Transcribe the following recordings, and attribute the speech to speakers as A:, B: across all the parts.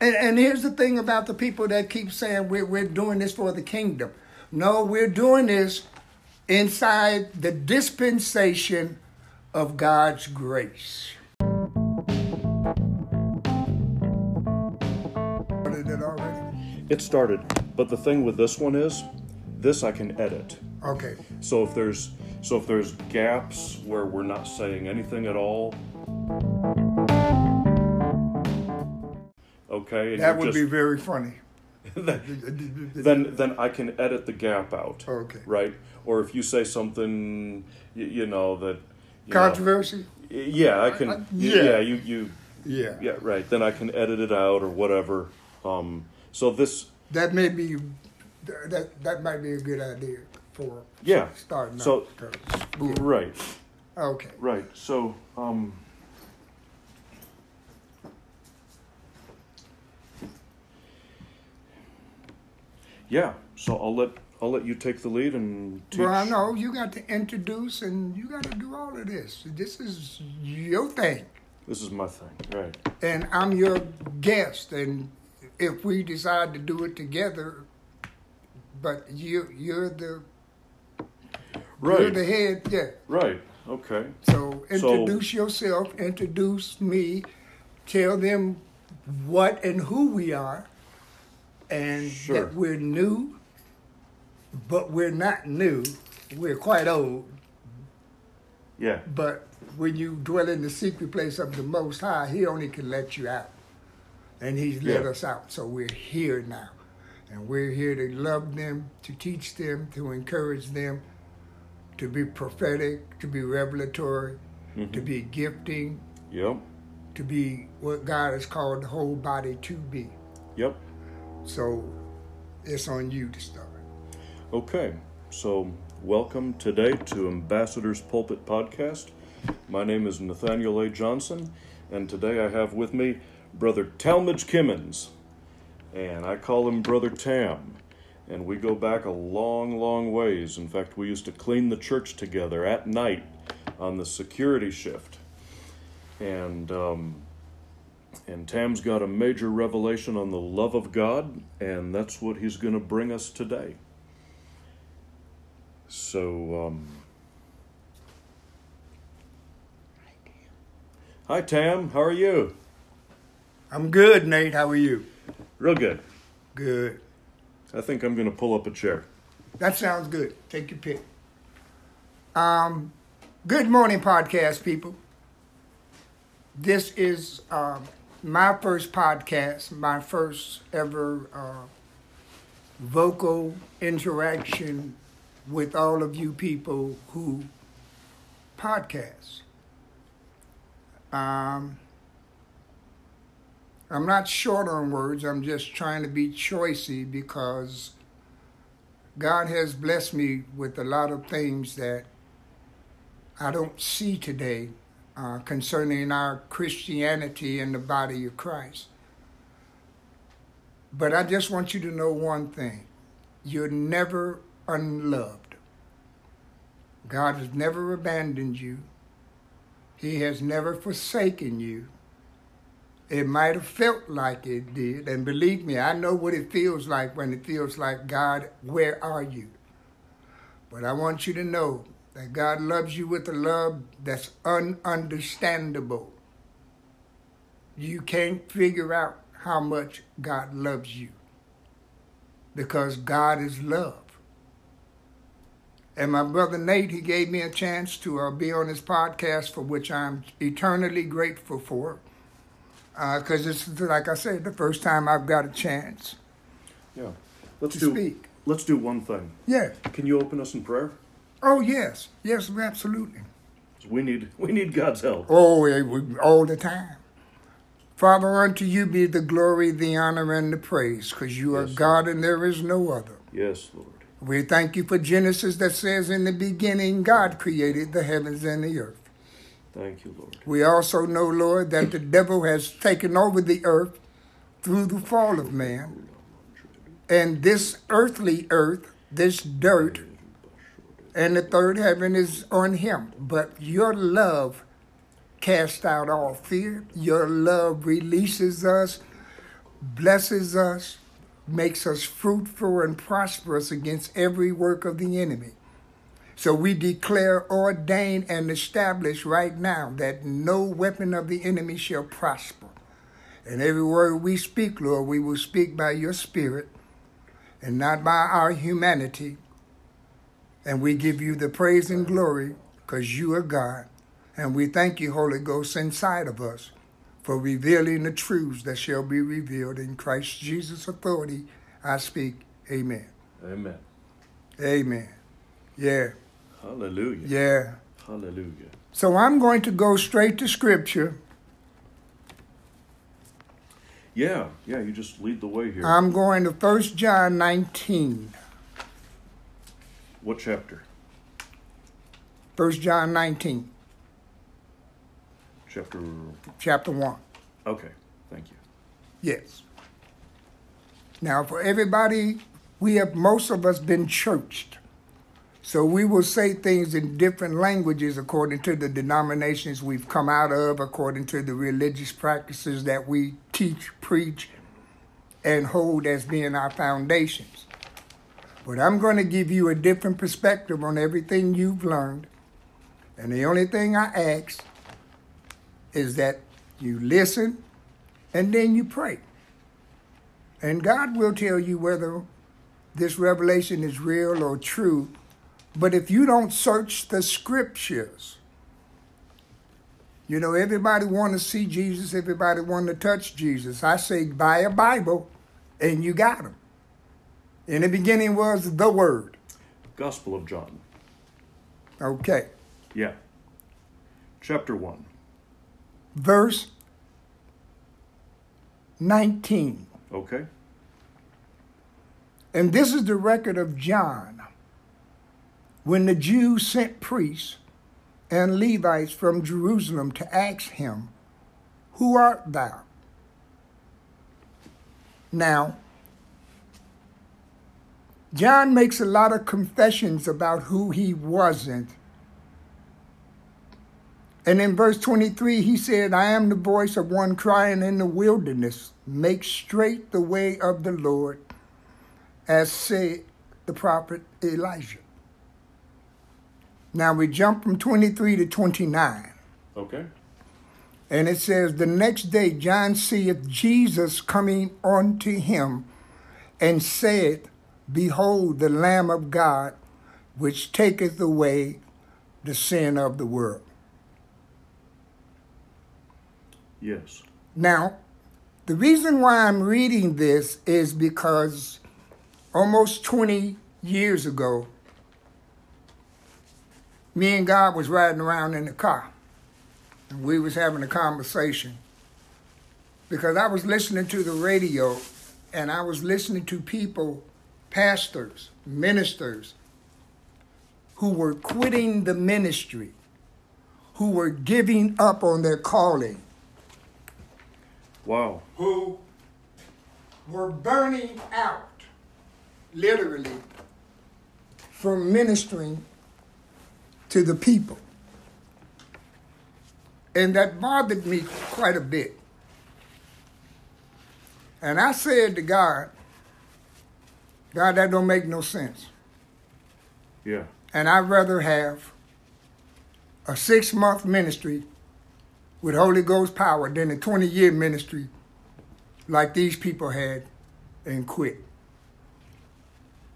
A: And, and here's the thing about the people that keep saying we're, we're doing this for the kingdom. No, we're doing this inside the dispensation of God's grace. Started it already?
B: It started, but the thing with this one is, this I can edit.
A: Okay.
B: So if there's so if there's gaps where we're not saying anything at all, okay, and
A: That
B: you're
A: would be
B: just-
A: very funny.
B: then then I can edit the gap out.
A: Okay.
B: Right. Or if you say something, you, you know that. You know,
A: Controversy?
B: yeah, I can.
A: I-
B: yeah.
A: yeah.
B: you you.
A: Yeah.
B: Yeah, right. Then I can edit it out or whatever. Um. So this.
A: That may be that that might be a good idea for
B: Yeah.
A: starting out.
B: So- Right.
A: okay.
B: Right. So. Um. Yeah. So I'll let I'll let you take the lead and teach.
A: Well, I know you got to introduce and you got to do all of this. This is your thing,
B: This is my thing. Right.
A: and I'm your guest. And if we decide to do it together, but you you're the you're
B: Right.
A: the head, yeah.
B: Right. Okay.
A: So
B: So-
A: introduce yourself, introduce me, tell them what and who we are, and
B: Sure.
A: that we're new, but we're not new. We're quite old.
B: Yeah.
A: But when you dwell in the secret place of the Most High, He only can let you out. And He's let
B: Yeah.
A: us out. So we're here now. And we're here to love them, to teach them, to encourage them, to be prophetic, to be revelatory, to be gifting,
B: Yep.
A: to be what God has called the whole body to be.
B: Yep.
A: So it's on you to start.
B: Okay. So, welcome today to Ambassador's Pulpit Podcast. My name is Nathaniel A. Johnson, and today I have with me Brother Talmage Kimmins, and I call him Brother Tam. And we go back a long, long ways. In fact, we used to clean the church together at night on the security shift. And um, And Tam's got a major revelation on the love of God, and that's what he's going to bring us today. So, um. Hi, Tam. How are you?
A: I'm good, Nate. How are you?
B: Real good.
A: Good.
B: I think I'm going to pull up a chair.
A: That sounds good. Take your pick. Um, good morning, podcast people. This is um, my first podcast, my first ever uh, vocal interaction with all of you people who podcast. Um, I'm not short on words. I'm just trying to be choicy because God has blessed me with a lot of things that I don't see today uh, concerning our Christianity and the body of Christ. But I just want you to know one thing you're never unloved. God has never abandoned you, He has never forsaken you. It might have felt like it did, and believe me, I know what it feels like when it feels like, God, where are you? But I want you to know that God loves you with a love that's ununderstandable. You can't figure out how much God loves you because God is love. And my brother Nate, he gave me a chance to uh, be on his podcast, for which I'm eternally grateful for because Uh, it's like I said, the first time I've got a chance
B: Yeah. Let's
A: to
B: do.
A: speak.
B: Let's do one thing.
A: Yeah.
B: Can you open us in prayer?
A: Oh yes, yes, absolutely.
B: 'Cause We need. We need God's help.
A: Oh, yeah, we- all the time. Father, unto you be the glory, the honor, and the praise, because you are
B: Yes, Lord.
A: God and there is no other.
B: Yes, Lord.
A: We thank you for Genesis that says, In the beginning, God created the heavens and the earth.
B: Thank you, Lord.
A: We also know, Lord, that the devil has taken over the earth through the fall of man. And this earthly earth, this dirt, and the third heaven is on him. But your love cast out all fear. Your love releases us blesses us, makes us fruitful and prosperous against every work of the enemy. So we declare, ordain, and establish right now that no weapon of the enemy shall prosper. And every word we speak, Lord, we will speak by your Spirit and not by our humanity. And we give you the praise and glory because you are God. And we thank you, Holy Ghost, inside of us for revealing the truths that shall be revealed in Christ Jesus' authority. I speak, Amen.
B: Amen.
A: Amen. Yeah,
B: Hallelujah.
A: yeah.
B: Hallelujah.
A: So I'm going to go straight to Scripture.
B: Yeah, yeah, you just lead the way here.
A: I'm going to 1 John 19.
B: what chapter?
A: 1 John 19,
B: Chapter.
A: chapter 1.
B: Okay, thank you.
A: Yes. Now, for everybody, we have, most of us, been churched. So we will say things in different languages according to the denominations we've come out of, according to the religious practices that we teach, preach, and hold as being our foundations. But I'm going to give you a different perspective on everything you've learned. And the only thing I ask is that you listen and then you pray. And God will tell you whether this revelation is real or true. But if you don't search the scriptures, you know everybody want to see Jesus, everybody want to touch Jesus. I say buy a Bible and you got him. In the beginning was the word.
B: Gospel of John.
A: Okay.
B: Yeah. Chapter 1.
A: Verse 19.
B: Okay.
A: And this is the record of John. When the Jews sent priests and Levites from Jerusalem to ask him, Who art thou? Now, John makes a lot of confessions about who he wasn't. And in verse 23, he said, I am the voice of one crying in the wilderness, make straight the way of the Lord as said the prophet Elijah. Now we jump from 23 to 29,
B: Okay.
A: and it says, The next day John seeth Jesus coming unto him, and saith, Behold, the Lamb of God, which taketh away the sin of the world.
B: Yes.
A: Now, the reason why I'm reading this is because almost 20 years ago, me and God was riding around in the car, and we was having a conversation because I was listening to the radio, and I was listening to people, pastors, ministers, who were quitting the ministry, who were giving up on their calling.
B: Wow.
A: who were burning out, literally, from ministering to the people. And that bothered me quite a bit. And I said to God, God, that don't make no sense.
B: Yeah.
A: And I'd rather have a six month ministry with Holy Ghost power than a 20 year ministry like these people had and quit.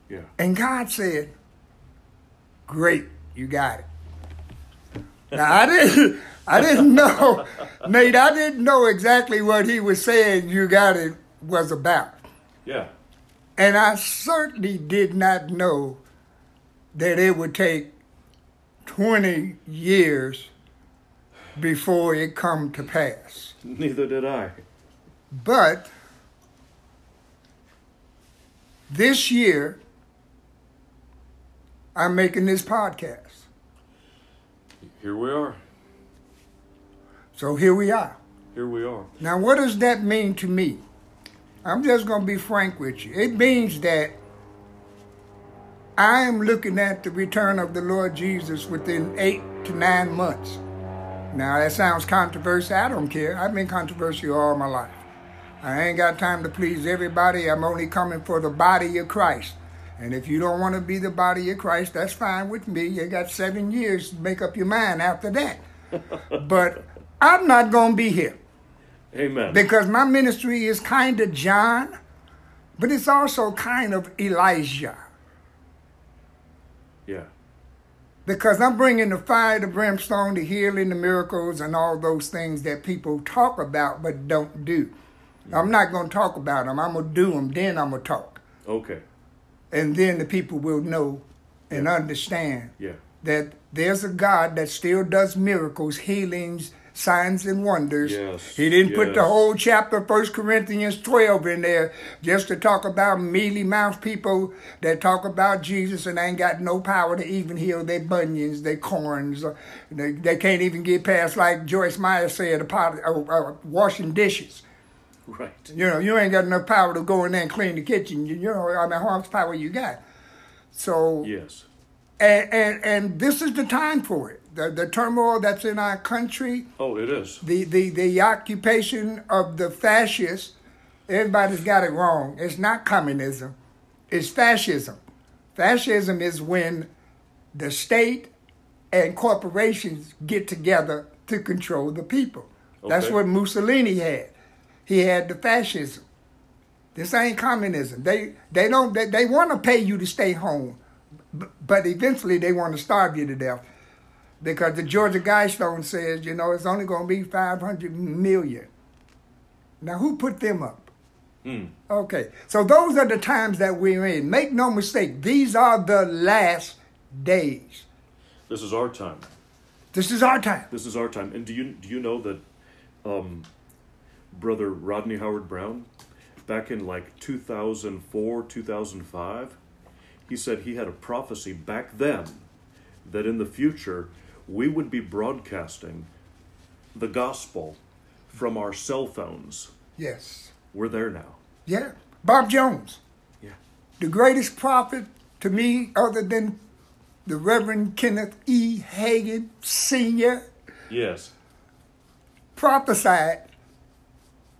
B: Yeah.
A: And God said, Great, you got it. Now I didn't I didn't know, Nate, I didn't know exactly what he was saying you got it was about.
B: Yeah.
A: And I certainly did not know that it would take 20 years before it come to pass.
B: Neither did I.
A: But this year, I'm making this podcast.
B: Here we are.
A: So here we are.
B: Here we are.
A: Now, what does that mean to me? I'm just going to be frank with you. It means that I am looking at the return of the Lord Jesus within eight to nine months. Now, that sounds controversial. I don't care. I've been controversial all my life. I ain't got time to please everybody. I'm only coming for the body of Christ. And if you don't want to be the body of Christ, that's fine with me. You got seven years to make up your mind after that. but I'm not going to be here
B: Amen.
A: because my ministry is kind of John, but it's also kind of Elijah.
B: yeah.
A: Because I'm bringing the fire, the brimstone, the healing, the miracles, and all those things that people talk about but don't do. I'm not going to talk about them. I'm going to do them. Then I'm going to talk.
B: Okay.
A: And then the people will know and understand
B: Yeah.
A: that there's a God that still does miracles, healings, signs, and wonders.
B: Yes,
A: he didn't put the
B: yes.
A: whole chapter, 1 Corinthians 12, in there just to talk about mealy mouthed people that talk about Jesus and ain't got no power to even heal their bunions, their corns. or They, they can't even get past, like Joyce Meyer said, a pot, uh, uh, washing dishes.
B: Right.
A: You know, you ain't got enough power to go in there and clean the kitchen. You, you know, I mean, how much power you got? So
B: Yes.
A: and, and, and this is the time for it. The, the turmoil that's in our country,
B: Oh, it is.
A: the, the, the occupation of the fascists, everybody's got it wrong. It's not communism, it's fascism. Fascism is when the state and corporations get together to control the people. That's
B: Okay.
A: what Mussolini had. He had the fascism. This ain't communism. They they don't they, they want to pay you to stay home, b- but eventually they want to starve you to death because the Georgia Guidestone says you know it's only going to be five hundred million. Now who put them up? Okay, so those are the times that we're in. Make no mistake, these are the last days.
B: This is our time.
A: This is our time.
B: This is our time. And do you do you know that um, brother Rodney Howard Brown back in like 2004, 2005, he said he had a prophecy back then that in the future we would be broadcasting the gospel from our cell phones.
A: Yes.
B: We're there now.
A: Yeah. Bob Jones,
B: Yeah.
A: the greatest prophet to me, other than the Reverend Kenneth E. Hagan Sr.,
B: Yes.
A: prophesied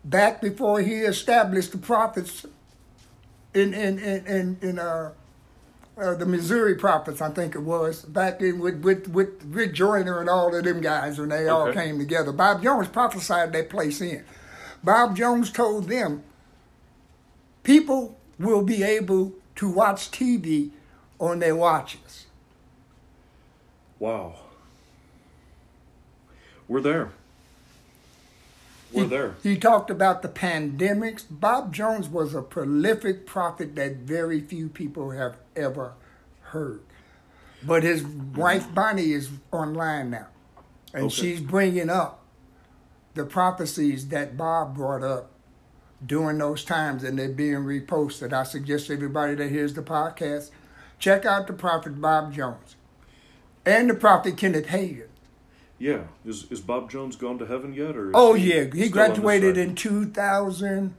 A: back before he established the prophets in in in in, in uh, uh, the Missouri prophets, I think it was back in with with with Rick Joyner and all of them guys when they all
B: Okay.
A: came together. Bob Jones prophesied that place in. Bob Jones told them people will be able to watch TV on their watches.
B: Wow. We're there. We're
A: He-
B: there.
A: He talked about the pandemics. Bob Jones was a prolific prophet that very few people have ever heard. But his wife Bonnie is online now, and
B: Okay.
A: she's bringing up the prophecies that Bob brought up during those times, and they're being reposted. I suggest everybody that hears the podcast check out the prophet Bob Jones and the prophet Kenneth Hagin.
B: Yeah. Is is Bob Jones gone to heaven yet or is
A: Oh yeah,
B: still on
A: he
B: this
A: graduated
B: side?
A: in two thousand.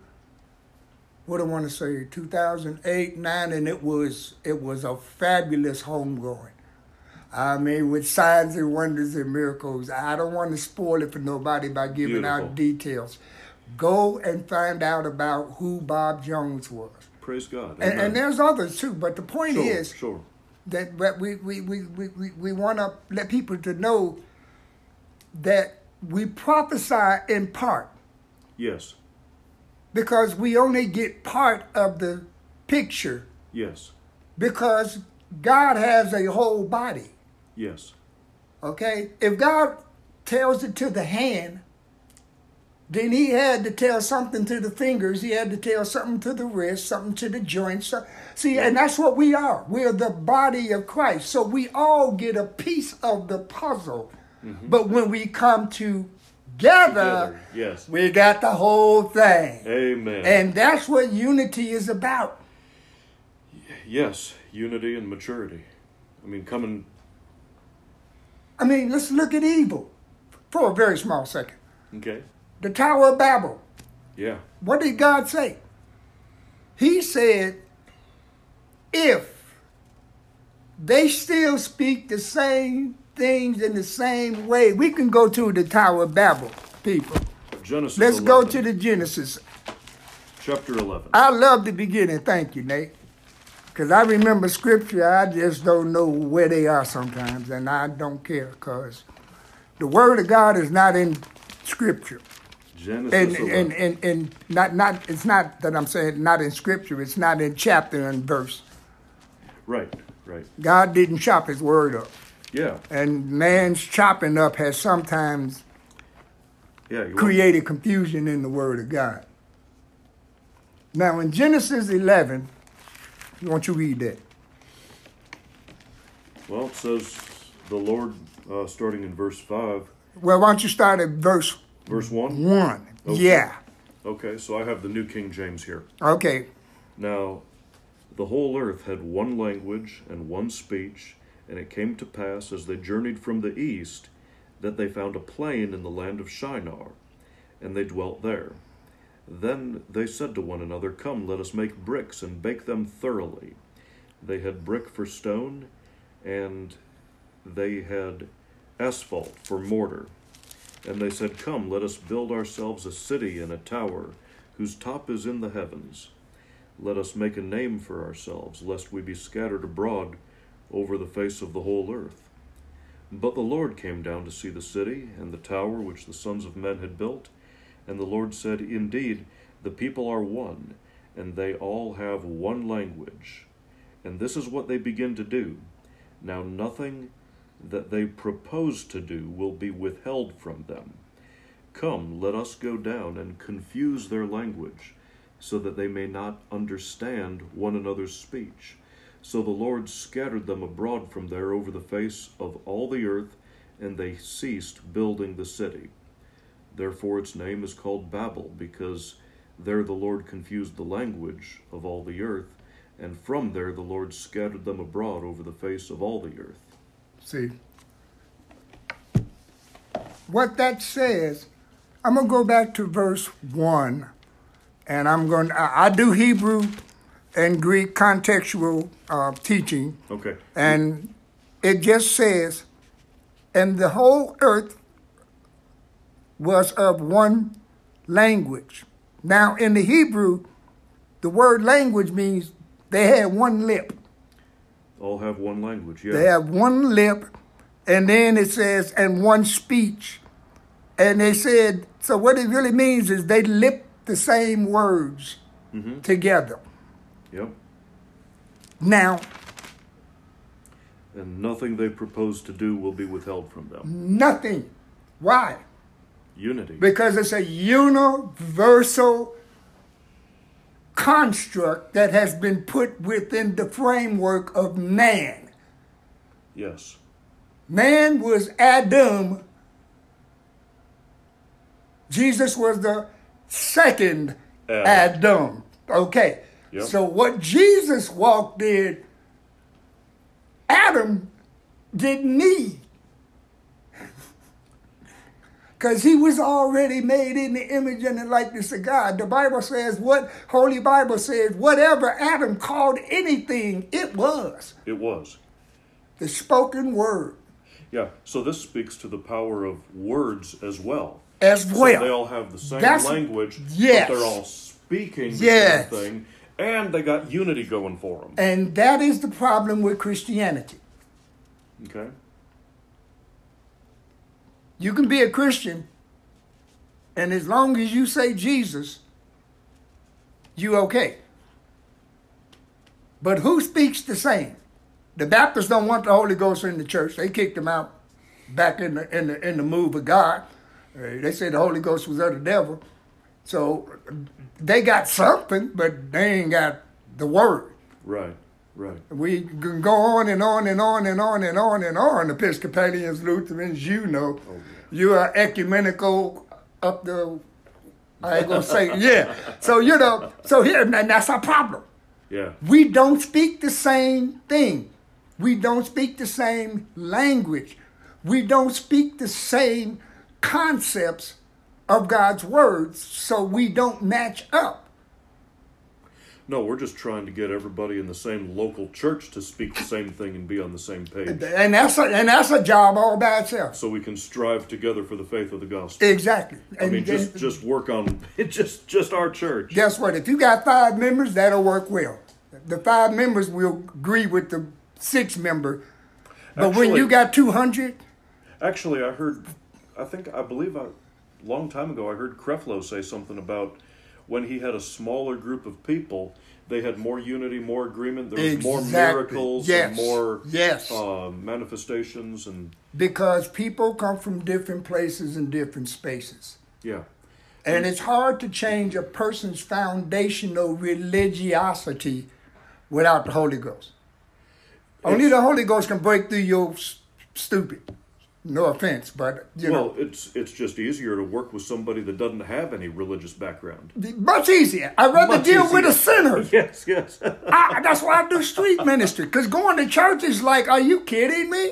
A: What I want to say, two thousand eight, nine, and it was it was a fabulous homegoing. I mean, with signs and wonders and miracles. I don't want to spoil it for nobody by giving
B: Beautiful.
A: out details. Go and find out about who Bob Jones was,
B: Praise God.
A: and, and there's others too. But the point
B: sure,
A: is,
B: sure.
A: that that we we we we, we, we want to let people to know that we prophesy in part
B: Yes,
A: because we only get part of the picture
B: yes,
A: because God has a whole body.
B: yes.
A: Okay, if God tells it to the hand, then He had to tell something to the fingers. He had to tell something to the wrist, something to the joints. So- See, and that's what we are. We're the body of Christ. So we all get a piece of the puzzle. But when we come together,
B: Together, yes.
A: uh, we got the whole thing.
B: Amen.
A: And that's what unity is about.
B: yes, unity and maturity. I mean, coming.
A: I mean, let's look at evil for a very small second.
B: Okay.
A: The Tower of Babel.
B: Yeah.
A: What did God say? He said, if they still speak the same things in the same way, we can go to the Tower of Babel, people.
B: Genesis.
A: Let's go
B: 11.
A: to the Genesis
B: chapter 11.
A: I love the beginning. Thank you, Nate. Because I remember scripture, I just don't know where they are sometimes, and I don't care because the Word of God is not in scripture.
B: Genesis
A: And,
B: 11.
A: and, and, and not, not, it's not that I'm saying not in scripture, it's not in chapter and verse.
B: right, right.
A: God didn't chop his word up.
B: Yeah,
A: And man's chopping up has sometimes
B: yeah. you want-
A: created confusion in the Word of God. Now, in Genesis 11, I want you to read that.
B: Well, it says the Lord, uh, starting in verse 5,
A: Well, why don't you start at verse
B: verse 1.
A: 1?
B: Okay.
A: Yeah.
B: Okay, so I have the New King James here.
A: Okay.
B: Now, the whole earth had one language and one speech, and it came to pass as they journeyed from the east that they found a plain in the land of Shinar, and they dwelt there. Then they said to one another, Come, let us make bricks and bake them thoroughly. They had brick for stone, and they had asphalt for mortar. And they said, Come, let us build ourselves a city and a tower, whose top is in the heavens. Let us make a name for ourselves, lest we be scattered abroad over the face of the whole earth. But the Lord came down to see the city and the tower which the sons of men had built. And the Lord said, Indeed, the people are one, and they all have one language. And this is what they begin to do. Now nothing that they propose to do will be withheld from them. Come, let us go down and confuse their language, so that they may not understand one another's speech. So the Lord scattered them abroad from there over the face of all the earth, and they ceased building the city. Therefore its name is called Babel, because there the Lord confused the language of all the earth, and from there the Lord scattered them abroad over the face of all the earth.
A: See. What that says, I'm going to go back to verse 1, and I'm going to, I I do Hebrew and Greek contextual uh, teaching.
B: Okay.
A: And it just says, and the whole earth was of one language. Now, in the Hebrew, the word language means they had one lip.
B: All have one language. Yeah.
A: They have one lip, and then it says, and one speech. And they said, so what it really means is they lip the same words together.
B: yep.
A: Now,
B: and nothing they propose to do will be withheld from them.
A: nothing. Why?
B: Unity.
A: because it's a universal construct that has been put within the framework of man.
B: Yes.
A: Man was Adam. Jesus was the second
B: Adam.
A: Adam. Okay.
B: Yep.
A: So what Jesus walked in, Adam didn't need. Because he was already made in the image and the likeness of God. The Bible says, what Holy Bible says, whatever Adam called anything, it was
B: It was.
A: the spoken word
B: Yeah. So this speaks to the power of words as well.
A: as
B: So
A: well.
B: they all have the same
A: that's-
B: language,
A: yes.
B: but they're all speaking the
A: Yes.
B: same thing, and they got unity going for them.
A: And that is the problem with Christianity.
B: Okay.
A: You can be a Christian, and as long as you say Jesus, you okay. But who speaks the same? The Baptists don't want the Holy Ghost in the church. They kicked him out back in the in the in the move of God. Uh, They said the Holy Ghost was of the devil. So uh, they got something, but they ain't got the word.
B: Right. Right.
A: We can go on and on and on and on and on and on. Episcopalians, Lutherans, you know,
B: Oh,
A: you are ecumenical up the. I ain't gonna say yeah. So you know, so here and that's our problem.
B: Yeah.
A: We don't speak the same thing. We don't speak the same language. We don't speak the same concepts of God's words. So we don't match up.
B: No, we're just trying to get everybody in the same local church to speak the same thing and be on the same page
A: And that's a, and that's a job all by itself.
B: so we can strive together for the faith of the gospel.
A: Exactly.
B: I
A: And
B: mean, just,
A: then-
B: just work on just just our church.
A: guess what? If you got five members, that'll work well. The five members will agree with the six member. But when
B: Actually-
A: you got 200,
B: Actually, I heard, I think, I believe, a long time ago, I heard Creflo say something about when he had a smaller group of people, they had more unity, more agreement. There was more
A: Exactly.
B: miracles,
A: Yes.
B: and more
A: Yes.
B: uh, manifestations, and
A: because people come from different places and different spaces.
B: yeah,
A: And it's hard to change a person's foundational religiosity without the Holy Ghost. Only the Holy Ghost can break through your s- stupid. No offense, but you
B: well, it's it's just easier to work with somebody that doesn't have any religious background.
A: know, much easier. I'd rather
B: Much
A: deal with
B: easier.
A: a sinner.
B: Yes, yes.
A: I, that's why I do street ministry. Because going to church is like, are you kidding me?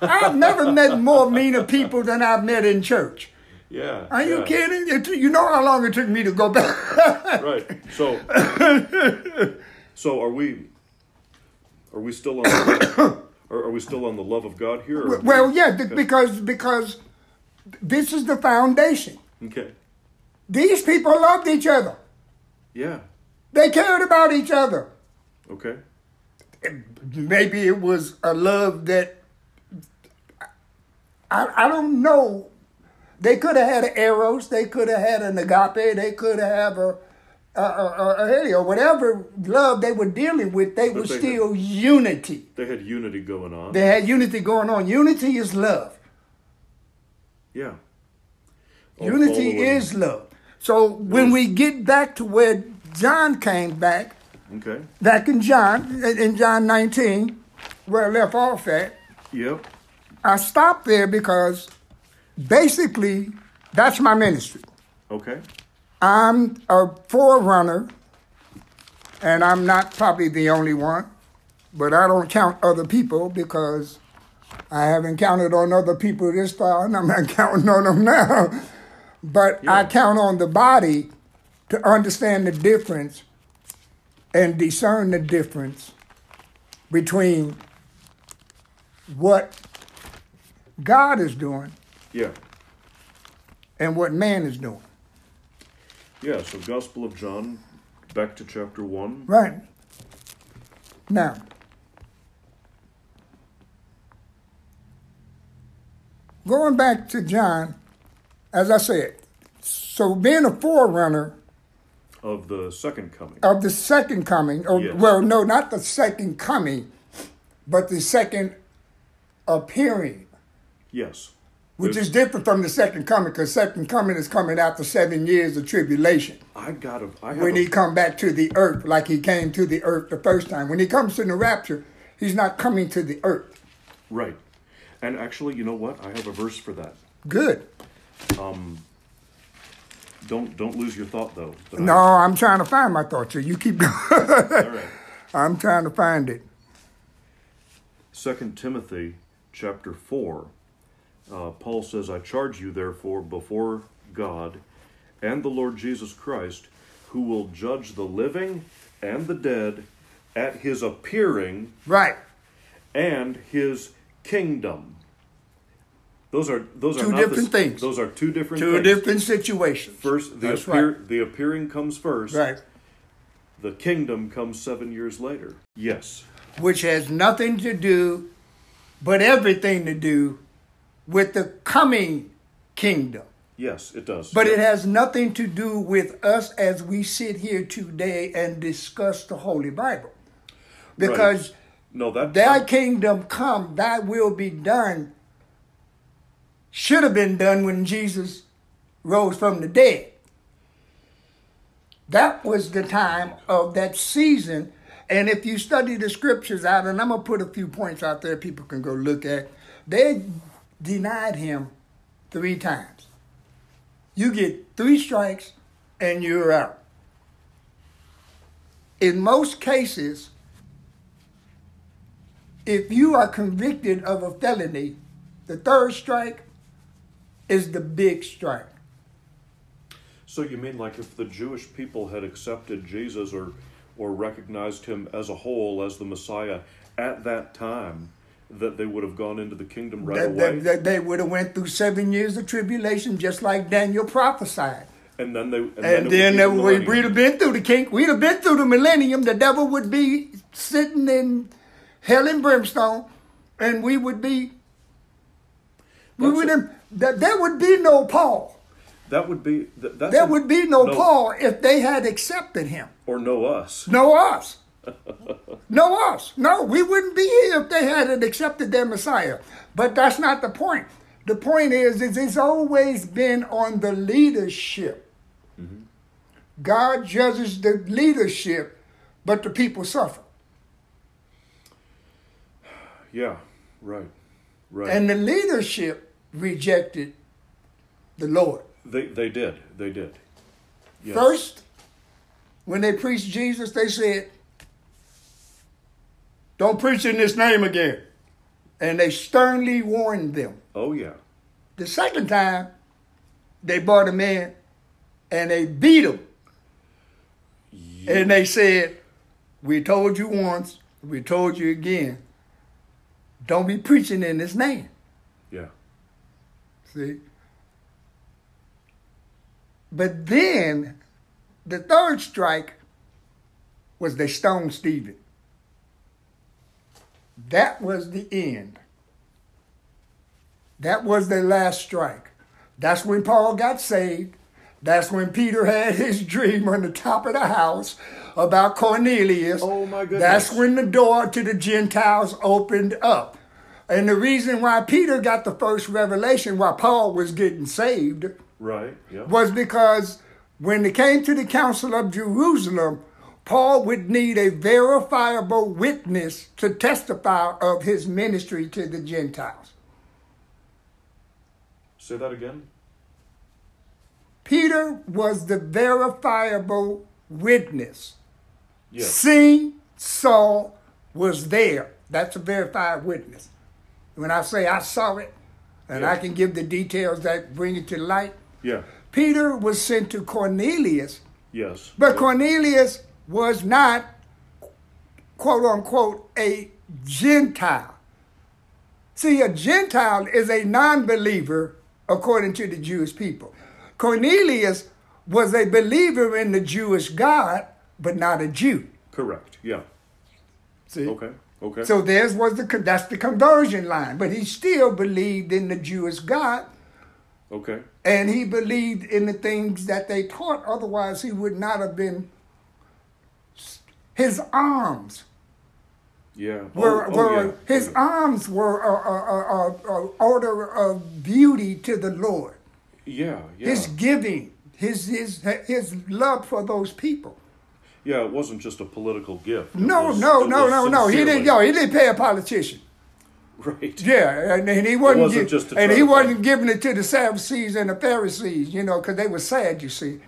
A: I've never met more meaner people than I've met in church.
B: yeah.
A: Are you
B: yeah.
A: kidding? It, you know how long it took me to go back.
B: Right. So, so are we? Are we still on? are, are we still on the love of God here? or-
A: well, yeah, th- because because this is the foundation.
B: Okay.
A: These people loved each other.
B: Yeah.
A: They cared about each other.
B: Okay.
A: Maybe it was a love that I, I don't know. They could have had an eros. They could have had an agape. They could have a a, a, a helio, whatever love they were dealing with. They were
B: they had-
A: still unity.
B: They had unity going on.
A: They had unity going on. Unity is love.
B: yeah. All
A: Unity
B: following-
A: is love. So when we get back to where John came back,
B: Okay.
A: back in John, in in John 19, where I left off at,
B: Yep.
A: I stopped there because basically that's my ministry.
B: Okay.
A: I'm a forerunner, and I'm not probably the only one, but I don't count other people because I haven't counted on other people this far, and I'm not counting on them now. But I
B: Yeah.
A: count on the body to understand the difference and discern the difference between what God is doing
B: Yeah.
A: and what man is doing.
B: Yeah. So Gospel of John, back to chapter one.
A: Right. Now, going back to John, as I said, so being a forerunner
B: of the second coming.
A: of the second coming, or
B: Yes.
A: well, no, not the second coming, but the second appearing,
B: yes.
A: which
B: Yes.
A: is different from the second coming, because second coming is coming after seven years of tribulation.
B: I got a. I have
A: when
B: a-
A: he come back to the earth like he came to the earth the first time. When he comes in the rapture, he's not coming to the earth.
B: right. And actually, you know what? I have a verse for that.
A: Good.
B: Don't don't lose your thought though. that I-
A: No, I'm trying to find my thought. So you keep going.
B: All right.
A: I'm trying to find it.
B: Second Timothy chapter four. Uh, Paul says, "I charge you therefore before God and the Lord Jesus Christ, who will judge the living and the dead at His appearing
A: Right.
B: and His kingdom." Those are those
A: Two
B: are not the
A: different
B: s-
A: things.
B: Those are two different
A: Two
B: things.
A: different situations.
B: First, the
A: That's
B: appear, the appearing comes first.
A: right.
B: The kingdom comes seven years later. Yes.
A: Right. Which has nothing to do, but everything to do with the coming kingdom.
B: Yes, it does.
A: But it has nothing to do with us as we sit here today and discuss the Holy Bible. Because
B: no, that
A: Thy kingdom come, thy will be done, should have been done when Jesus rose from the dead. That was the time of that season. And if you study the scriptures out, and I'm going to put a few points out there people can go look at, they denied him three times. You get three strikes and you're out. In most cases, if you are convicted of a felony, the third strike is the big strike.
B: So you mean like if the Jewish people had accepted Jesus or or recognized him as a whole as the Messiah at that time, that they would have gone into the kingdom right
A: That,
B: away.
A: that, that they would have went through seven years of tribulation just like Daniel prophesied.
B: and then they and,
A: And
B: it
A: then
B: would be the
A: we- we'd
B: millennium.
A: have been through the king. We'd have been through the millennium. The devil would be sitting in hell and brimstone, and we would be. We
B: That's
A: would
B: a-
A: have, th- there would be no Paul.
B: that would be th- that's
A: There
B: a-
A: would be no,
B: no.
A: Paul if they had accepted him.
B: or no us.
A: No us. no us. No, we wouldn't be here if they hadn't accepted their Messiah. But that's not the point. The point is, is it's always been on the leadership. God judges the leadership, but the people suffer.
B: Yeah, right, right.
A: And the leadership rejected the Lord.
B: they they did they did. Yes.
A: First, when they preached Jesus, they said, Don't preach in this name again. And they sternly warned them.
B: Oh yeah,
A: The second time, they brought him in and they beat him. And they said, We told you once, we told you again, don't be preaching in this name.
B: yeah.
A: See? But then the third strike was they stoned Stephen. That was the end. That was their last strike. That's when Paul got saved. That's when Peter had his dream on the top of the house about Cornelius.
B: Oh, my goodness.
A: That's when the door to the Gentiles opened up. And the reason why Peter got the first revelation while Paul was getting saved
B: Right. Yeah.
A: was because when it came to the Council of Jerusalem, Paul would need a verifiable witness to testify of his ministry to the Gentiles.
B: Say that again.
A: Peter was the verifiable witness.
B: Yes.
A: Seen, saw, was there. That's a verified witness. When I say I saw it, and I
B: Yeah.
A: can give the details that bring it to light,
B: Yeah.
A: Peter was sent to Cornelius
B: Yes.
A: But Cornelius was not, quote unquote, a Gentile. See, a Gentile is a non believer according to the Jewish people. Cornelius was a believer in the Jewish God, but not a Jew.
B: Correct. Yeah.
A: See?
B: Okay. Okay.
A: So theirs was the con- that's the conversion line, but he still believed in the Jewish God,
B: okay.
A: and he believed in the things that they taught. Otherwise, he would not have been. His arms
B: Yeah.
A: were,
B: oh, oh,
A: were
B: yeah.
A: his
B: Yeah.
A: arms were a, a, a, a, a order of beauty to the Lord.
B: Yeah. Yeah.
A: His giving, his his his love for those people.
B: yeah. It wasn't just a political gift. It
A: No,
B: was-
A: no,
B: it
A: no,
B: was
A: no, no. He didn't. No,
B: sincerely-
A: he didn't pay a politician.
B: Right.
A: Yeah, and, and he wasn't,
B: wasn't
A: gi-
B: just to
A: and
B: try
A: he
B: to-
A: wasn't giving it to the Sadducees and the Pharisees, you know, because they were sad, you see.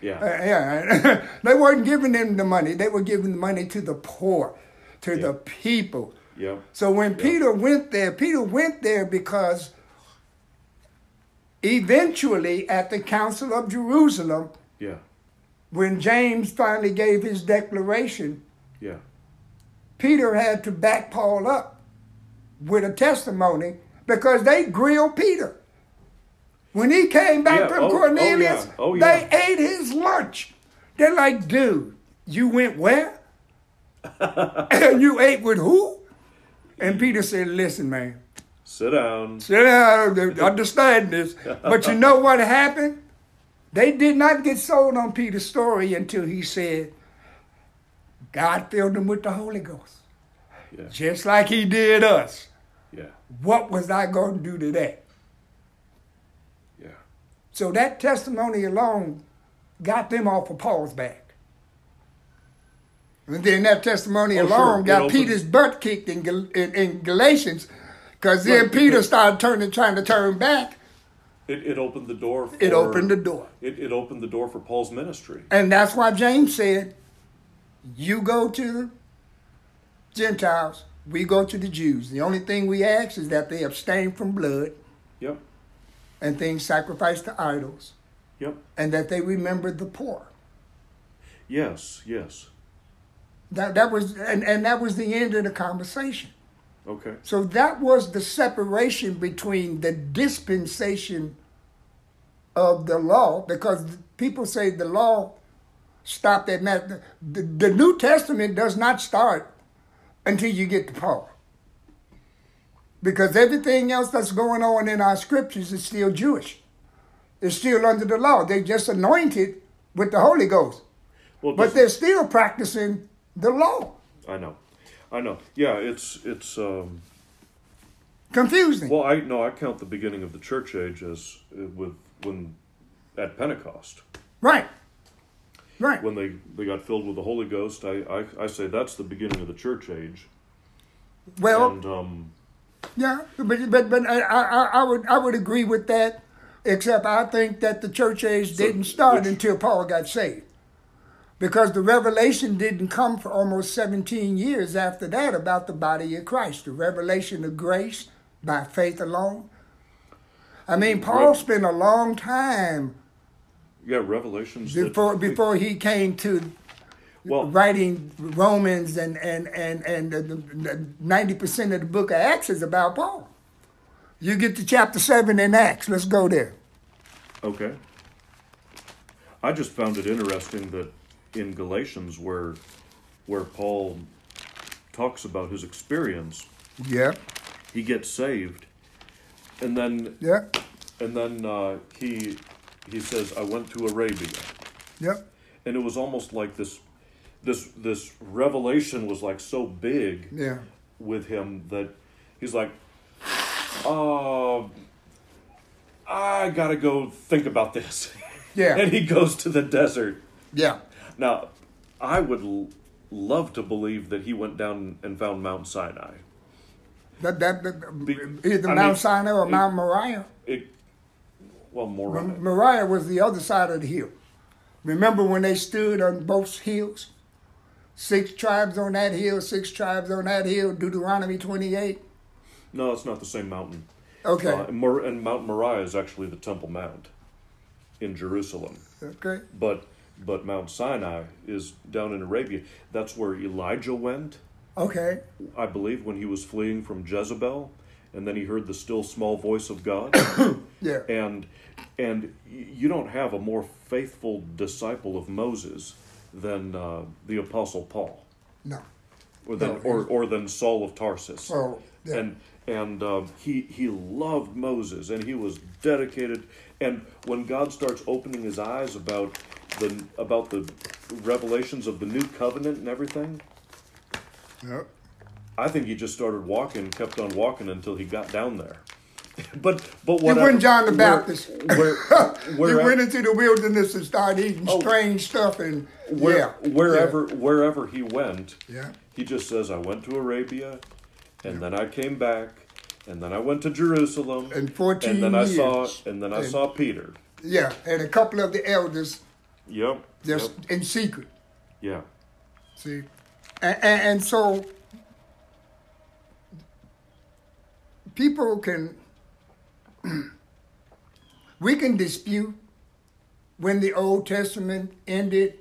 B: Yeah.
A: Uh, yeah, they weren't giving them the money. They were giving the money to the poor, to the people.
B: yeah.
A: So when Peter went there, Peter went there because eventually at the Council of Jerusalem,
B: Yeah.
A: when James finally gave his declaration,
B: Yeah.
A: Peter had to back Paul up with a testimony because they grilled Peter. When he came back
B: Yeah,
A: from
B: oh- oh,
A: Cornelius,
B: yeah, oh, yeah.
A: they ate his lunch. They're like, dude, you went where? and you ate with who? And Peter said, listen, man,
B: Sit down.
A: sit down, I understand this. But you know what happened? They did not get sold on Peter's story until he said, God filled them with the Holy Ghost
B: Yeah.
A: just like he did us.
B: Yeah.
A: What was I going to do to that?
B: Yeah.
A: So that testimony alone got them off of Paul's back. And then that testimony
B: Oh, sure.
A: alone
B: It
A: got
B: opened-
A: Peter's butt kicked in, Gal- in, in Galatians, because then
B: Right,
A: Peter
B: because-
A: started turning, trying to turn back.
B: It, it opened the door. For,
A: It opened the door,
B: It, it opened the door for Paul's ministry.
A: and that's why James said, "You go to the Gentiles, we go to the Jews. The only thing we ask is that they abstain from blood
B: Yep.
A: and things sacrificed to idols."
B: Yep.
A: and that they remembered the poor.
B: Yes. Yes.
A: That, that was, and, and that was the end of the conversation.
B: Okay.
A: So that was the separation between the dispensation of the law, because people say the law stopped at Matt. The, the New Testament does not start until you get to Paul. Because everything else that's going on in our scriptures is still Jewish. It's still under the law. They just anointed with the Holy Ghost.
B: Well,
A: But
B: does-
A: they're still practicing the law.
B: I know, I know. Yeah, it's it's. Um,
A: Confusing.
B: well, I no, I count the beginning of the church age as uh, with when at Pentecost
A: right. Right.
B: when they they got filled with the Holy Ghost. I I, I say that's the beginning of the church age.
A: well,
B: And um,
A: Yeah, but but but I, I I would I would agree with that, except I think that the church age didn't start
B: which-
A: until Paul got saved, because the revelation didn't come for almost seventeen years after that about the body of Christ, the revelation of grace by faith alone. I mean, Paul
B: Right.
A: spent a long time
B: yeah, Revelations that-
A: before before he came to
B: well,
A: writing Romans and and and and ninety percent of the book of Acts is about Paul. You get to chapter seven in Acts. Let's go there.
B: Okay. I just found it interesting that in Galatians, where where Paul talks about his experience,
A: Yeah,
B: he gets saved, and then
A: yeah,
B: and then uh, he he says, "I went to Arabia,"
A: yeah,
B: and it was almost like this this this revelation was like so big
A: yeah.
B: with him that he's like, uh, I gotta go think about this.
A: Yeah.
B: and he goes to the desert.
A: Yeah.
B: Now, I would l- love to believe that he went down and found Mount Sinai.
A: That that, that
B: Be-
A: either
B: I
A: Mount
B: mean,
A: Sinai or
B: it-
A: Mount Moriah.
B: It, well, more on it.
A: Moriah was the other side of the hill. Remember when they stood on both hills? Six tribes on that hill, six tribes on that hill. Deuteronomy twenty-eight.
B: No, it's not the same mountain.
A: Okay.
B: Uh, and, Mor- and Mount Moriah is actually the Temple Mount in Jerusalem.
A: okay.
B: But but Mount Sinai is down in Arabia. That's where Elijah went.
A: Okay.
B: I believe, when he was fleeing from Jezebel, and then he heard the still small voice of God.
A: Yeah.
B: and and y- you don't have a more faithful disciple of Moses than uh, the Apostle Paul,
A: No.
B: or than
A: No,
B: or, or than Saul of Tarsus.
A: Oh. Yeah.
B: And and um, he he loved Moses, and he was dedicated. And when God starts opening his eyes about the about the revelations of the new covenant and everything,
A: Yep.
B: I think he just started walking, kept on walking until he got down there. But but
A: He
B: what?
A: wasn't John the Baptist.
B: Where,
A: He
B: wherever,
A: went into the wilderness and started eating
B: Oh.
A: strange stuff and
B: where-
A: yeah,
B: wherever wherever he went,
A: Yeah.
B: he just says, "I went to Arabia, and then I came back, and then I went to Jerusalem,
A: And 14
B: and then I saw,
A: years.
B: and then I saw Peter."
A: yeah, yeah, and a couple of the elders
B: Yep.
A: just
B: yep,
A: in secret.
B: yeah.
A: See, and, and, and so people can we can dispute when the Old Testament ended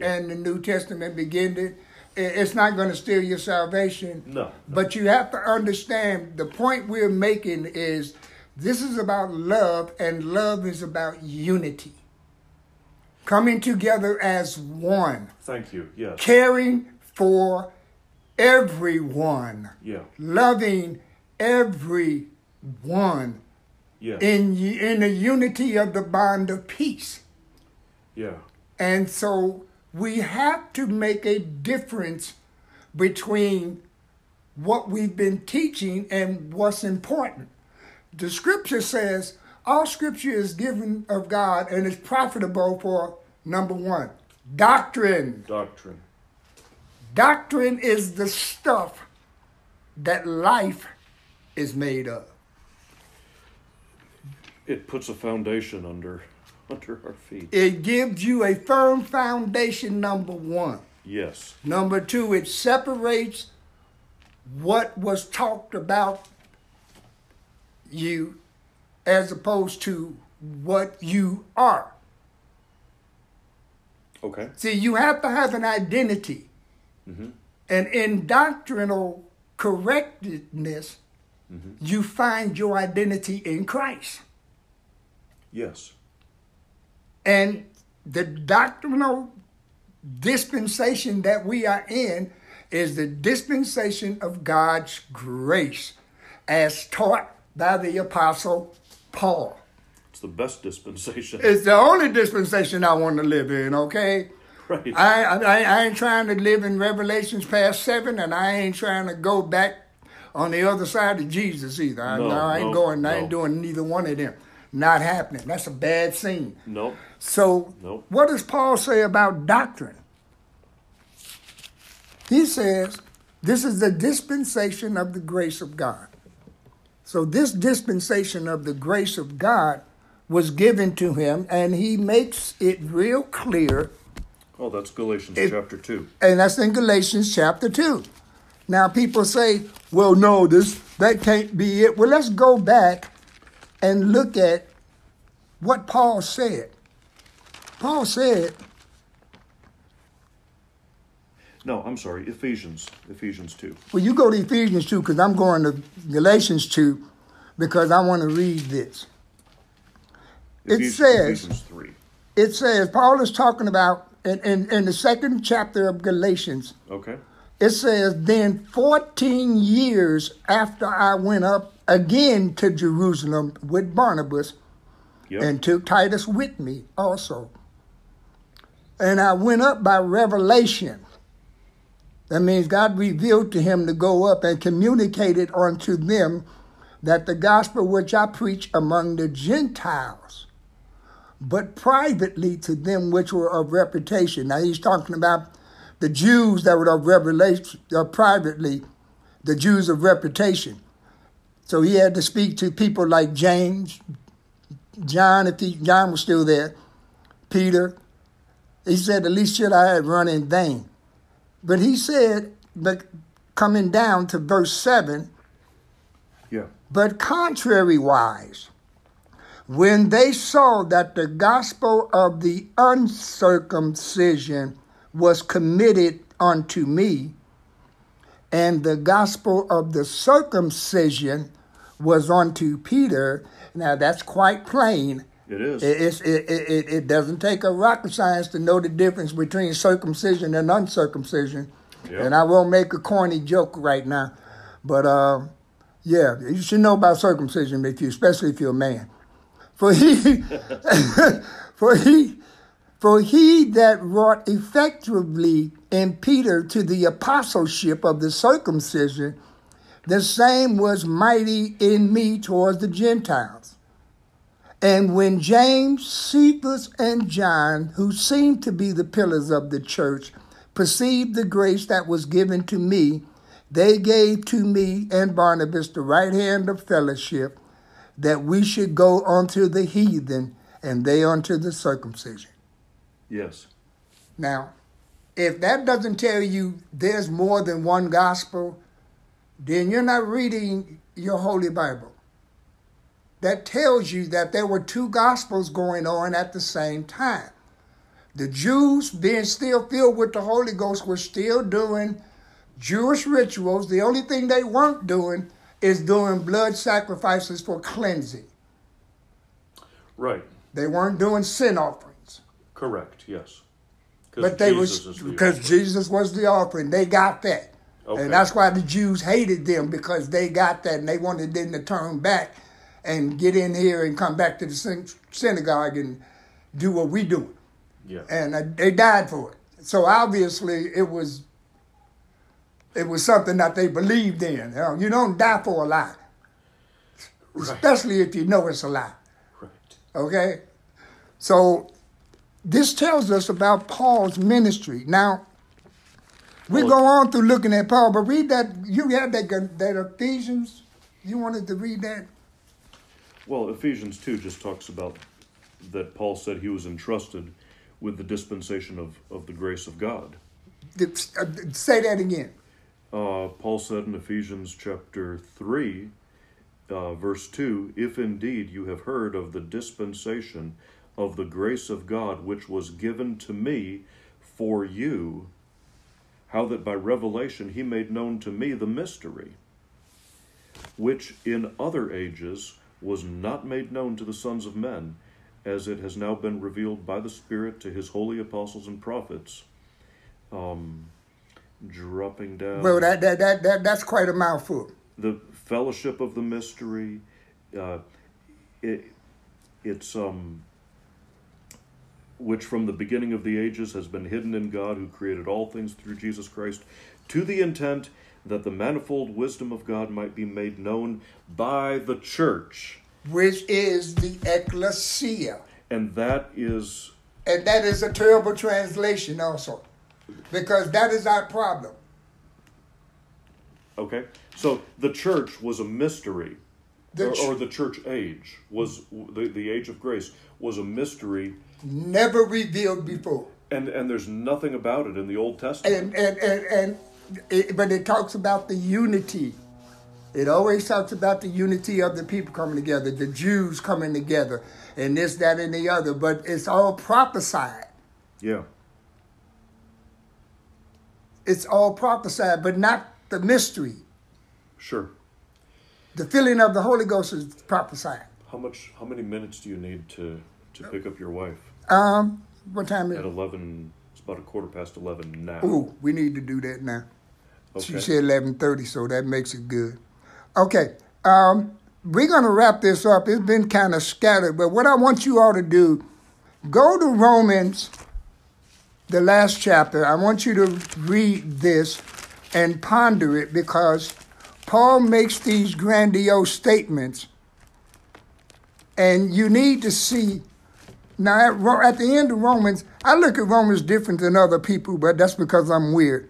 A: and the New Testament began. It I- it's not going to steal your salvation.
B: No.
A: But you have to understand the point we're making is this is about love, and love is about unity. Coming together as one
B: Thank you. Yes.
A: caring for everyone,
B: Yeah.
A: loving everyone
B: Yeah.
A: in in the unity of the bond of peace.
B: Yeah.
A: And so we have to make a difference between what we've been teaching and what's important. The scripture says all scripture is given of God and is profitable for number 1, doctrine.
B: Doctrine.
A: Doctrine is the stuff that life is made of.
B: It puts a foundation under under our feet.
A: It gives you a firm foundation, number one.
B: Yes.
A: Number two, it separates what was talked about you as opposed to what you are.
B: Okay.
A: See, you have to have an identity. And in doctrinal correctness, you find your identity in Christ.
B: Yes.
A: And the doctrinal dispensation that we are in is the dispensation of God's grace as taught by the Apostle Paul.
B: It's the best dispensation.
A: It's the only dispensation I want to live in, okay?
B: right.
A: I, I, I ain't trying to live in Revelations past seven, and I ain't trying to go back on the other side of Jesus either. I,
B: No,
A: no, I ain't
B: no,
A: going, I ain't
B: no.
A: doing neither one of them. Not happening. That's a bad scene.
B: no.
A: So,
B: Nope.
A: what does Paul say about doctrine? He says, This is the dispensation of the grace of God. So, this dispensation of the grace of God was given to him, and he makes it real clear,
B: Oh, that's Galatians
A: It-
B: chapter 2.
A: and that's in Galatians chapter 2. Now, people say, Well, no, this, that can't be it. Well, let's go back and look at what Paul said. Paul said,
B: No, I'm sorry. Ephesians. Ephesians 2.
A: Well, you go to Ephesians 2 because I'm going to Galatians 2 because I want to read this. It
B: Ephes-
A: says-
B: Ephesians 3.
A: It says, Paul is talking about in, in, in the second chapter of Galatians,
B: Okay.
A: it says, Then 14 years after I went up again to Jerusalem with Barnabas
B: Yep.
A: and took Titus with me also. And I went up by revelation. That means God revealed to him to go up and communicated unto them that the gospel which I preach among the Gentiles, but privately to them which were of reputation. Now he's talking about the Jews that were of revelation, uh, privately, the Jews of reputation. So he had to speak to people like James, John, if he, John was still there, Peter. He said, at least should I have run in vain. But he said, but coming down to verse 7,
B: yeah.
A: but contrariwise, when they saw that the gospel of the uncircumcision was committed unto me, and the gospel of the circumcision was unto Peter, now that's quite plain.
B: It is.
A: It, it's, it, it, it- it doesn't take a rocket science to know the difference between circumcision and uncircumcision.
B: Yeah.
A: And I won't make a corny joke right now, but uh, yeah, you should know about circumcision if you, especially if you're a man. For he, for he, for he that wrought effectively in Peter to the apostleship of the circumcision, the same was mighty in me towards the Gentiles. And when James, Cephas, and John, who seemed to be the pillars of the church, perceived the grace that was given to me, they gave to me and Barnabas the right hand of fellowship, that we should go unto the heathen, and they unto the circumcision.
B: yes.
A: Now, if that doesn't tell you there's more than one gospel, then you're not reading your Holy Bible. That tells you that there were two gospels going on at the same time. The Jews, being still filled with the Holy Ghost, were still doing Jewish rituals. The only thing they weren't doing is doing blood sacrifices for cleansing,
B: Right.
A: they weren't doing sin offerings.
B: Correct. Yes. 'Cause
A: But they
B: Jesus
A: was
B: is the
A: because
B: offering.
A: Jesus was the offering. They got that,
B: Okay.
A: and that's why the Jews hated them because they got that and they wanted them to turn back and get in here and come back to the syn- synagogue and do what we do.
B: Yeah.
A: And uh, they died for it. So obviously, it was it was something that they believed in. You, know, you don't die for a lie,
B: right.
A: especially if you know it's a lie.
B: Right.
A: Okay? So this tells us about Paul's ministry. Now, we
B: Well-
A: go on through looking at Paul, but read that. You had that, that Ephesians. You wanted to read that?
B: Well, Ephesians 2 just talks about that Paul said he was entrusted with the dispensation of, of the grace of God.
A: Th- uh, th- Say that again.
B: Uh, Paul said in Ephesians chapter 3, uh, verse 2 If indeed you have heard of the dispensation of the grace of God which was given to me for you, how that by revelation he made known to me the mystery, which in other ages was not made known to the sons of men, as it has now been revealed by the Spirit to his holy apostles and prophets. Um, dropping down
A: Well, that, that, that, that, that's quite a mouthful.
B: the fellowship of the mystery uh, it, it's um which from the beginning of the ages has been hidden in God who created all things through Jesus Christ to the intent that the manifold wisdom of God might be made known by the church
A: which is the ecclesia.
B: and that is
A: And that is a terrible translation also, because that is our problem.
B: okay so the church was a mystery
A: The
B: or,
A: ch-
B: or the church age was the, the age of grace was a mystery
A: Never revealed before.
B: and and there's nothing about it in the Old
A: And,
B: Testament.
A: and, and, and it, but it talks about the unity. It always talks about the unity of the people coming together, the Jews coming together, and this, that, and the other. But it's all prophesied.
B: yeah,
A: It's all prophesied, but not the mystery.
B: sure.
A: The filling of the Holy Ghost is prophesied.
B: How much? How many minutes do you need to to pick up your wife
A: Um, what time is
B: at
A: it?
B: eleven? It's about a quarter past eleven now.
A: Ooh, we need to do that now. She
B: okay.
A: said eleven thirty, so that makes it good. Okay, um, we're gonna wrap this up. It's been kind of scattered, but what I want you all to do, go to Romans, the last chapter. I want you to read this and ponder it because Paul makes these grandiose statements, and you need to see. Now, at, Ro- at the end of Romans, I look at Romans different than other people, but that's because I'm weird.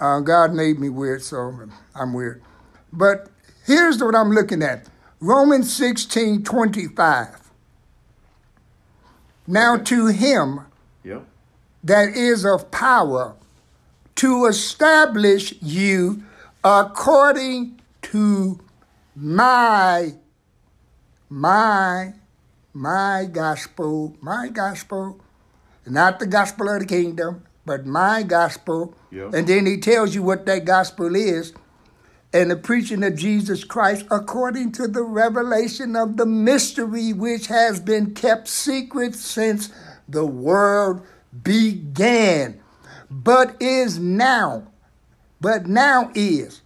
A: Uh, God made me weird, so I'm weird. But here's what I'm looking at Romans 16 25. Now, to him
B: Yeah.
A: that is of power to establish you according to my my my gospel my gospel not the gospel of the kingdom but my gospel
B: Yeah.
A: and then he tells you what that gospel is and the preaching of Jesus Christ according to the revelation of the mystery which has been kept secret since the world began, but is now, but now is,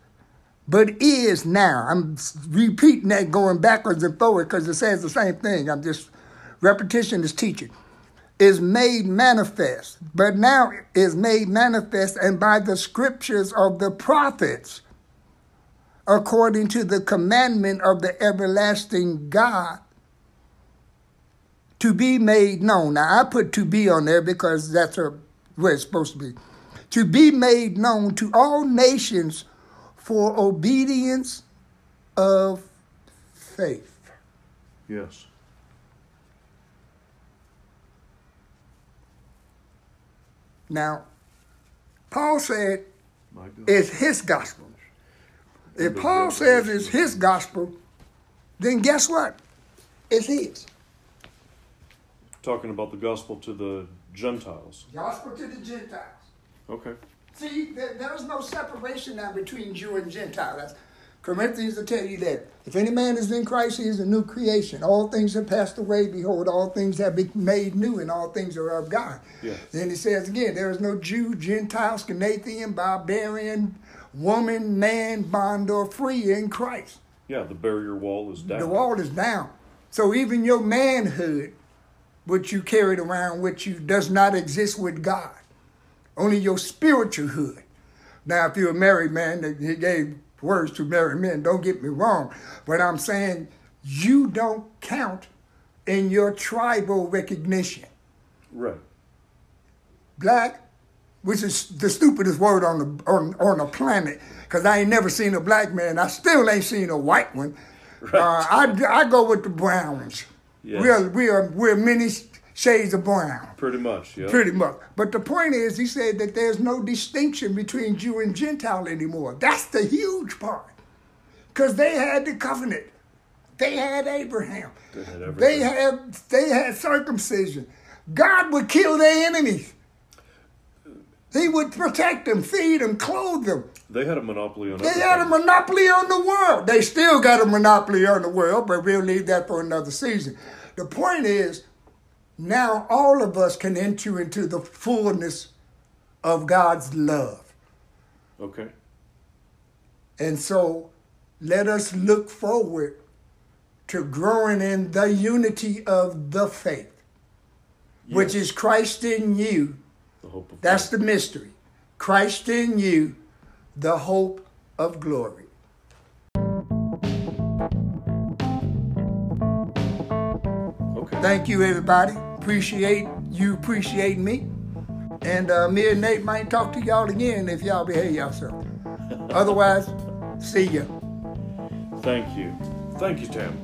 A: but is now. I'm s- repeating that going backwards and forward because it says the same thing. I'm just, repetition is teaching. Is made manifest, but now is made manifest, and by the scriptures of the prophets according to the commandment of the everlasting God to be made known. Now I put to be on there because that's a, where it's supposed to be. To be made known to all nations for obedience of faith.
B: Yes.
A: Now, Paul said
B: My God.
A: it's his gospel. If Paul says it's his gospel, then guess what? It's his.
B: Talking about the gospel to the Gentiles.
A: Gospel to the Gentiles.
B: Okay.
A: See, there, there is no separation now between Jew and Gentile. That's, Corinthians will tell you that. If any man is in Christ, he is a new creation. All things have passed away. Behold, all things have been made new, and all things are of God.
B: Yeah.
A: Then he says again, there is no Jew, Gentile, Scanathian, barbarian, woman, man, bond, or free in Christ.
B: Yeah, the barrier wall is down.
A: The wall is down. So even your manhood, what you carried around with you, does not exist with God. Only your spiritual hood. Now, if you're a married man, that he gave words to married men, don't get me wrong. But I'm saying you don't count in your tribal recognition.
B: Right.
A: Black, which is the stupidest word on the on, on the planet, because I ain't never seen a black man. I still ain't seen a white one. Uh, I, I go with the browns.
B: Yes.
A: We're, we're, we're many shades of brown,
B: Pretty much. Yeah.
A: pretty much. But the point is, he said that there's no distinction between Jew and Gentile anymore. That's the huge part. Because they had the covenant, they had Abraham,
B: They had everything.
A: they had, they had circumcision. God would kill their enemies. He would protect them, feed them, clothe them.
B: They had a monopoly on
A: They
B: everything.
A: had a monopoly on the world. They still got a monopoly on the world, but we'll leave that for another season. The point is, now all of us can enter into the fullness of God's love.
B: okay.
A: And so let us look forward to growing in the unity of the faith, which
B: Yes,
A: is Christ in you.
B: the hope of
A: That's
B: God.
A: the mystery. Christ in you, the hope of glory.
B: okay.
A: Thank you, everybody. Appreciate you, appreciate me. And uh, me and Nate might talk to y'all again if y'all behave yourself. Otherwise, see ya.
B: Thank you. Thank you, Tam.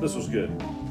B: This was good.